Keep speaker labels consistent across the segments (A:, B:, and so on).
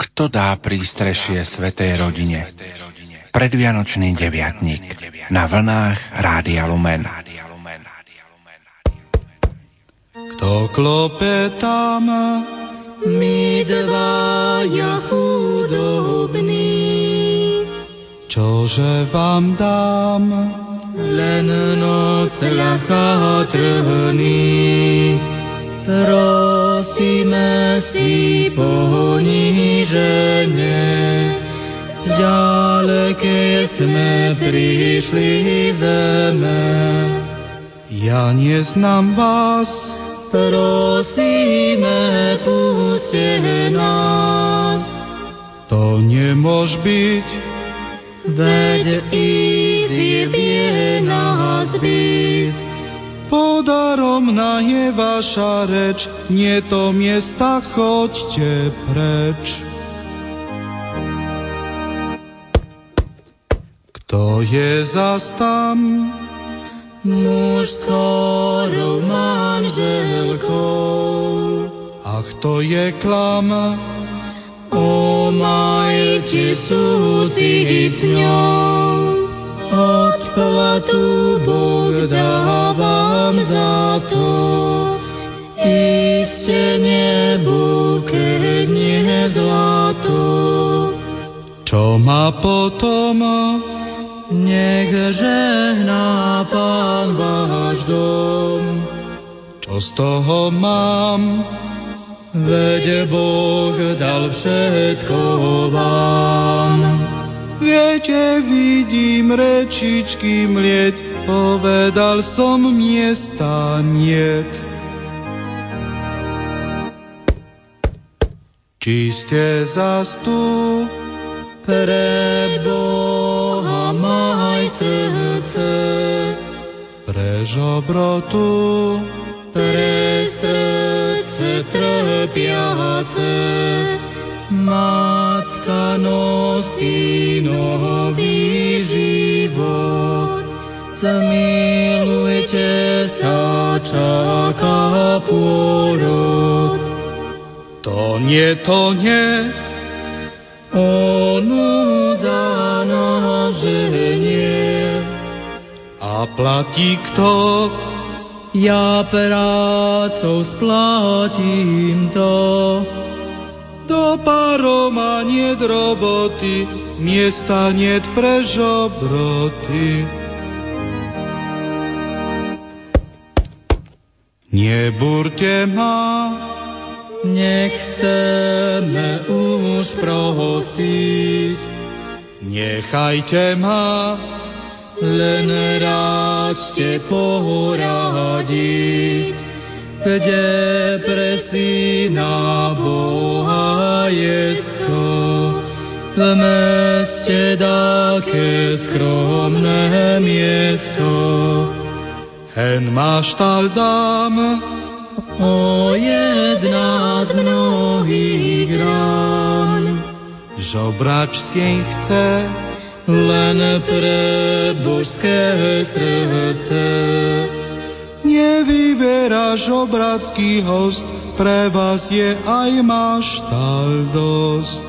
A: Kto dá prístrešie Svetej rodine? Predvianočný deviatník na vlnách Rádia Lumen.
B: Kto klope tam,
C: My dvaja chudobní,
B: čože vám dám,
C: len nocľa chatrný. Prosíme si poníženie, z ďalekej sme prišli zeme.
B: ja neznám vás,
C: Prosíme, puste nás,
B: to nemôž byť,
C: veď izie vie nás byť.
B: podaromná je vaša reč, nie to miesta choďte preč. Kto je zas tam,
C: Muž s chorou manželkou,
B: a kto je klama,
C: o majte súcit s ňou. Odplatu Boh dávam za to, iste nebo, keď nie zlato.
B: čo má potom,
C: Nech žehná Pán váš dom,
B: čo z toho mám,
C: veď Boh dal všetko vám.
B: Viete, vidím rečičky mlieť, povedal som miesta niet. Či ste zas tu,
C: Pre Boha maj srdce,
B: pre žobrotu,
C: pre srdce trpiace. Matka nosí nový život, zamilujte sa, čaká pôrod.
B: to nie, to nie,
C: Onúda na ženie,
B: a platí kto,
C: ja prácou splatím to.
B: do paroma niet roboty, miesta niet pre žobroty. Neburte ma,
C: Nechceme už prosiť,
B: Nechajte ma,
C: len račte poradiť, kde pre syna Boha jesko, v meste také skromné miesto.
B: hen máš tal dám,
C: O jedna z mnohých rán,
B: žobrač sieň chce,
C: len pre božské srdce.
B: nevyberá žobracký host, pre vás je aj máš tal dosť.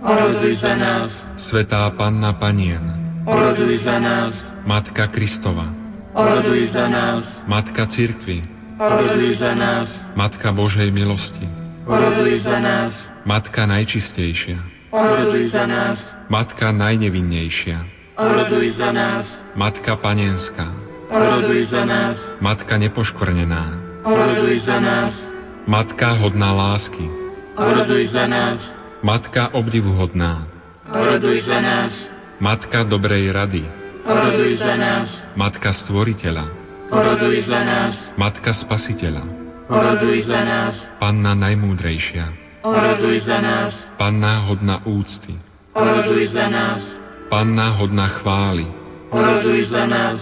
D: oroduj za nás,
C: Svetá Panna Panien,
D: oroduj za nás,
C: Matka Kristova,
D: oroduj za nás,
C: Matka Cirkvy,
D: oroduj za nás,
C: Matka Božej milosti,
D: oroduj za nás,
C: Matka Najčistejšia,
D: oroduj za nás,
C: Matka Najnevinnejšia,
D: oroduj za nás,
C: Matka Panenská,
D: oroduj za nás,
C: Matka Nepoškvrnená,
D: oroduj za nás,
C: Matka hodná lásky,
D: oroduj za nás,
C: Matka obdivuhodná,
D: oroduj za nás,
C: Matka dobrej rady,
D: oroduj za nás,
C: Matka Stvoriteľa,
D: oroduj za nás,
C: Matka Spasiteľa,
D: oroduj za nás,
C: Panna Najmúdrejšia,
D: oroduj za nás,
C: Panna hodná úcty,
D: oroduj za nás,
C: Panna hodná chvály,
D: oroduj za nás,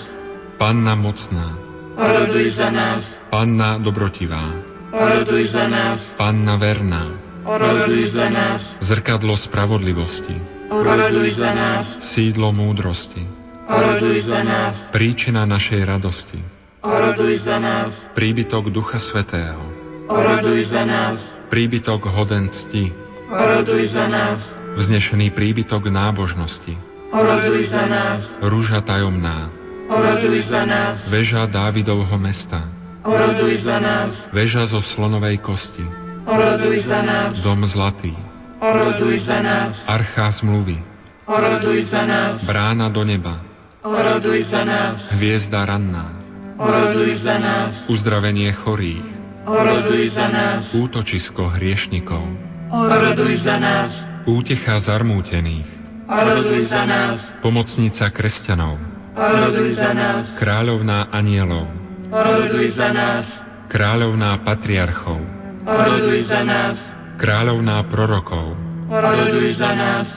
C: Panna mocná,
D: oroduj za nás,
C: Panna dobrotivá,
D: oroduj za nás,
C: Panna verná,
D: oroduj za nás,
C: zrkadlo spravodlivosti,
D: oroduj za nás,
C: sídlo múdrosti,
D: oroduj za nás,
C: príčina našej radosti,
D: oroduj za nás,
C: príbytok Ducha Svetého,
D: oroduj za nás,
C: príbytok hoden cti,
D: oroduj za nás,
C: vznešený príbytok nábožnosti,
D: oroduj za nás,
C: rúža tajomná,
D: oroduj za nás,
C: väža Dávidovho mesta,
D: oroduj za nás,
C: väža zo slonovej kosti,
D: oroduj za nás,
C: dom zlatý,
D: oroduj za nás,
C: archá zmluvy,
D: oroduj za nás,
C: brána do neba,
D: oroduj za nás,
C: hviezda ranná,
D: oroduj za nás,
C: uzdravenie chorých,
D: oroduj za nás,
C: útočisko hriešnikov,
D: oroduj za nás,
C: útecha zarmútených,
D: oroduj za nás,
C: pomocnica kresťanov,
D: oroduj za nás,
C: kráľovná anielov,
D: oroduj za nás,
C: kráľovná patriarchov,
D: oroduj za nás,
C: kráľovná prorokov,
D: oroduj za nás,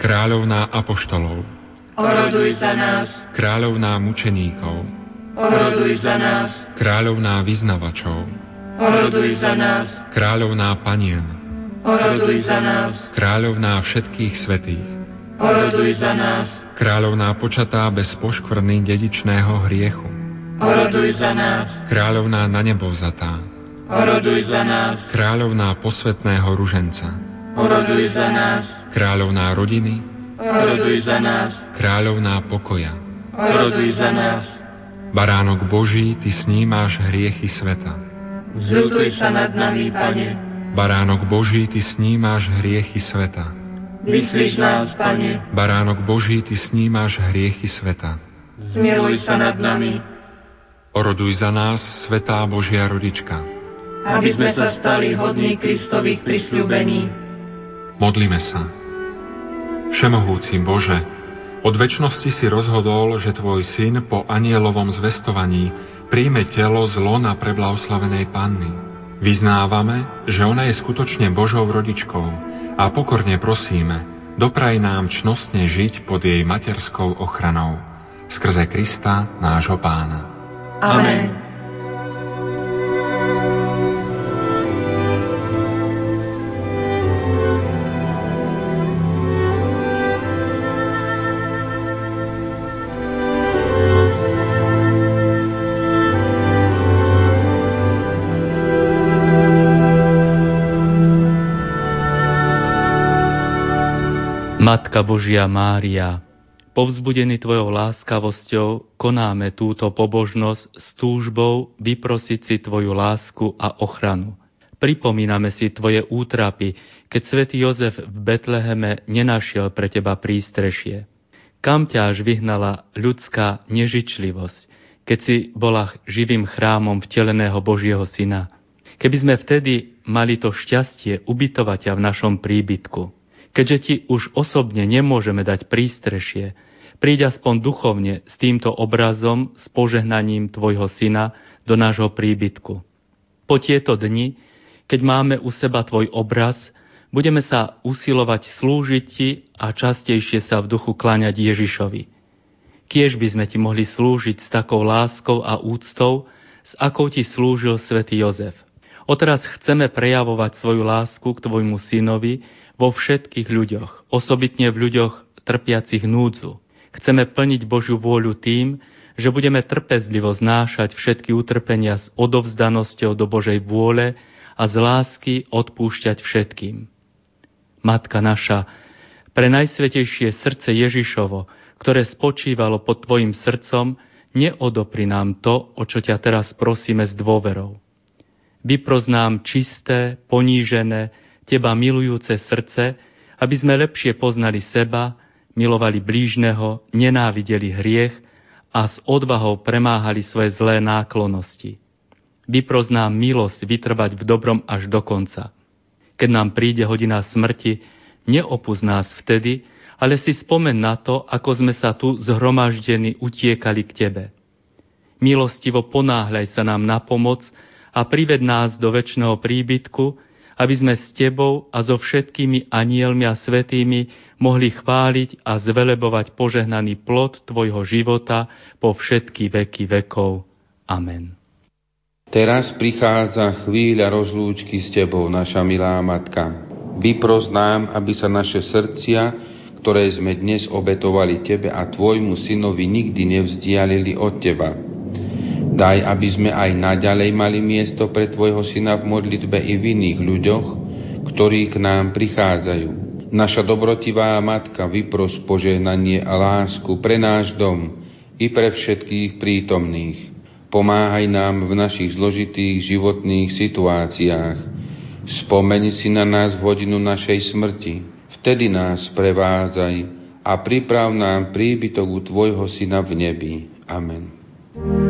C: kráľovná apoštolov,
D: oroduj za nás,
C: kráľovná mučeníkov,
D: oroduj za nás,
C: kráľovná vyznavačov,
D: oroduj za nás,
C: kráľovná panien,
D: oroduj za nás,
C: kráľovná všetkých svetých,
D: oroduj za nás,
C: kráľovná počatá bez poškvrny dedičného hriechu,
D: oroduj za nás,
C: kráľovná na nebo vzatá,
D: oroduj za nás,
C: kráľovná posvetného ruženca,
D: oroduj za nás,
C: kráľovná rodiny,
D: oroduj za nás,
C: kráľovná pokoja.
D: oroduj za nás,
C: Baránok Boží, Ty snímáš hriechy sveta.
D: zľutuj sa nad nami, Pane,
C: Baránok Boží, Ty snímáš hriechy sveta.
D: vyslíš nás, Pane,
C: Baránok Boží, Ty snímáš hriechy sveta.
D: zmiluj sa nad nami,
C: Oroduj za nás, Svetá Božia Rodička.
D: aby sme sa stali hodní Kristových prisľúbení.
C: Modlíme sa. Všemohúci Bože, od väčšnosti si rozhodol, že Tvoj syn po anielovom zvestovaní príjme telo zlo na preblahoslavenej panny. Vyznávame, že ona je skutočne Božou rodičkou a pokorne prosíme, dopraj nám čnostne žiť pod jej materskou ochranou. Skrze Krista, nášho pána.
D: Amen.
E: Matka Božia Mária, povzbudený Tvojou láskavosťou, konáme túto pobožnosť s túžbou vyprosiť si Tvoju lásku a ochranu. Pripomíname si Tvoje útrapy, keď svätý Jozef v Betleheme nenašiel pre Teba prístrešie. Kam ťa až vyhnala ľudská nežičlivosť, keď si bola živým chrámom vteleného Božieho Syna? Keby sme vtedy mali to šťastie ubytovať ťa v našom príbytku. Keďže ti už osobne nemôžeme dať prístrešie, príď aspoň duchovne s týmto obrazom, s požehnaním tvojho syna do nášho príbytku. Po tieto dni, keď máme u seba tvoj obraz, budeme sa usilovať slúžiť ti a častejšie sa v duchu kláňať Ježišovi. Kiež by sme ti mohli slúžiť s takou láskou a úctou, s akou ti slúžil svätý Jozef. Odteraz chceme prejavovať svoju lásku k tvojmu synovi vo všetkých ľuďoch, osobitne v ľuďoch trpiacich núdzu. Chceme plniť Božiu vôľu tým, že budeme trpezlivo znášať všetky utrpenia s odovzdanosťou do Božej vôle a z lásky odpúšťať všetkým. Matka naša, pre najsvetejšie srdce Ježišovo, ktoré spočívalo pod Tvojim srdcom, neodopri nám to, o čo ťa teraz prosíme s dôverou. Vypros nám čisté, ponížené, Teba milujúce srdce, aby sme lepšie poznali seba, milovali blížneho, nenávideli hriech a s odvahou premáhali svoje zlé náklonosti. Vypros nám milosť vytrvať v dobrom až do konca. Keď nám príde hodina smrti, neopúsť nás vtedy, ale si spomen na to, ako sme sa tu zhromaždení utiekali k Tebe. Milostivo ponáhľaj sa nám na pomoc a prived nás do väčšného príbytku, aby sme s Tebou a so všetkými anielmi a svetými mohli chváliť a zvelebovať požehnaný plod Tvojho života po všetky veky vekov. Amen.
C: Teraz prichádza chvíľa rozlúčky s Tebou, naša milá Matka. Vypros nám, aby sa naše srdcia, ktoré sme dnes obetovali Tebe a Tvojmu synovi, nikdy nevzdialili od Teba. Daj, aby sme aj naďalej mali miesto pre Tvojho syna v modlitbe i v iných ľuďoch, ktorí k nám prichádzajú. Naša dobrotivá Matka, vypros požehnanie a lásku pre náš dom i pre všetkých prítomných. Pomáhaj nám v našich zložitých životných situáciách, Spomeň si na nás v hodinu našej smrti, vtedy nás prevádzaj a priprav nám príbytok u Tvojho Syna v nebi. Amen. thank you